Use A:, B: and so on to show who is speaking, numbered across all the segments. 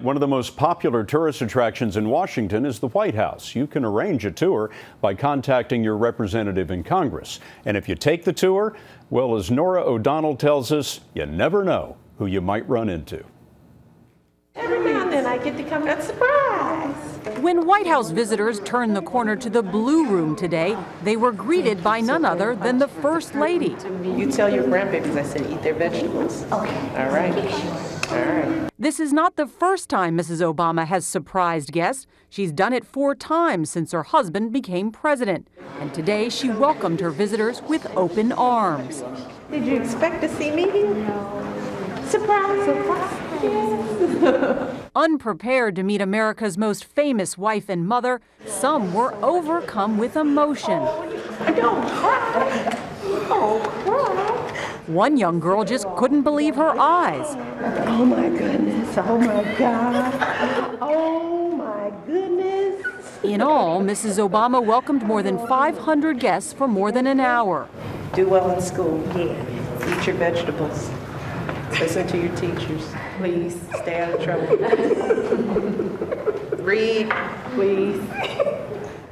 A: One of the most popular tourist attractions in Washington is the White House. You can arrange a tour by contacting your representative in Congress. And if you take the tour, well, as Nora O'Donnell tells us, you never know who you might run into.
B: Every now and then I get to come with a surprise.
C: When White House visitors turned the corner to the Blue Room today, they were greeted by none other than the First Lady.
B: You tell your grandbabies I said eat their vegetables. Okay. All right. All right.
C: This is not the first time Mrs. Obama has surprised guests. She's done it four times since her husband became president. And today she welcomed her visitors with open arms.
B: Did you expect to see me here? Surprise. Surprise.
C: Unprepared to meet America's most famous wife and mother, some were overcome with emotion.
B: I don't cry. Oh, cry.
C: One young girl just couldn't believe her eyes.
B: Oh my goodness. Oh my God. Oh my goodness.
C: In all, Mrs. Obama welcomed more than 500 guests for more than an hour.
B: Do well in school. Yeah. Eat your vegetables. Listen to your teachers. Please stay out of trouble. Read, please.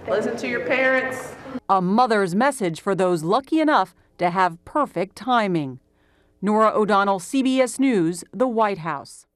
B: Listen to your parents.
C: A mother's message for those lucky enough to have perfect timing. Nora O'Donnell, CBS News, The White House.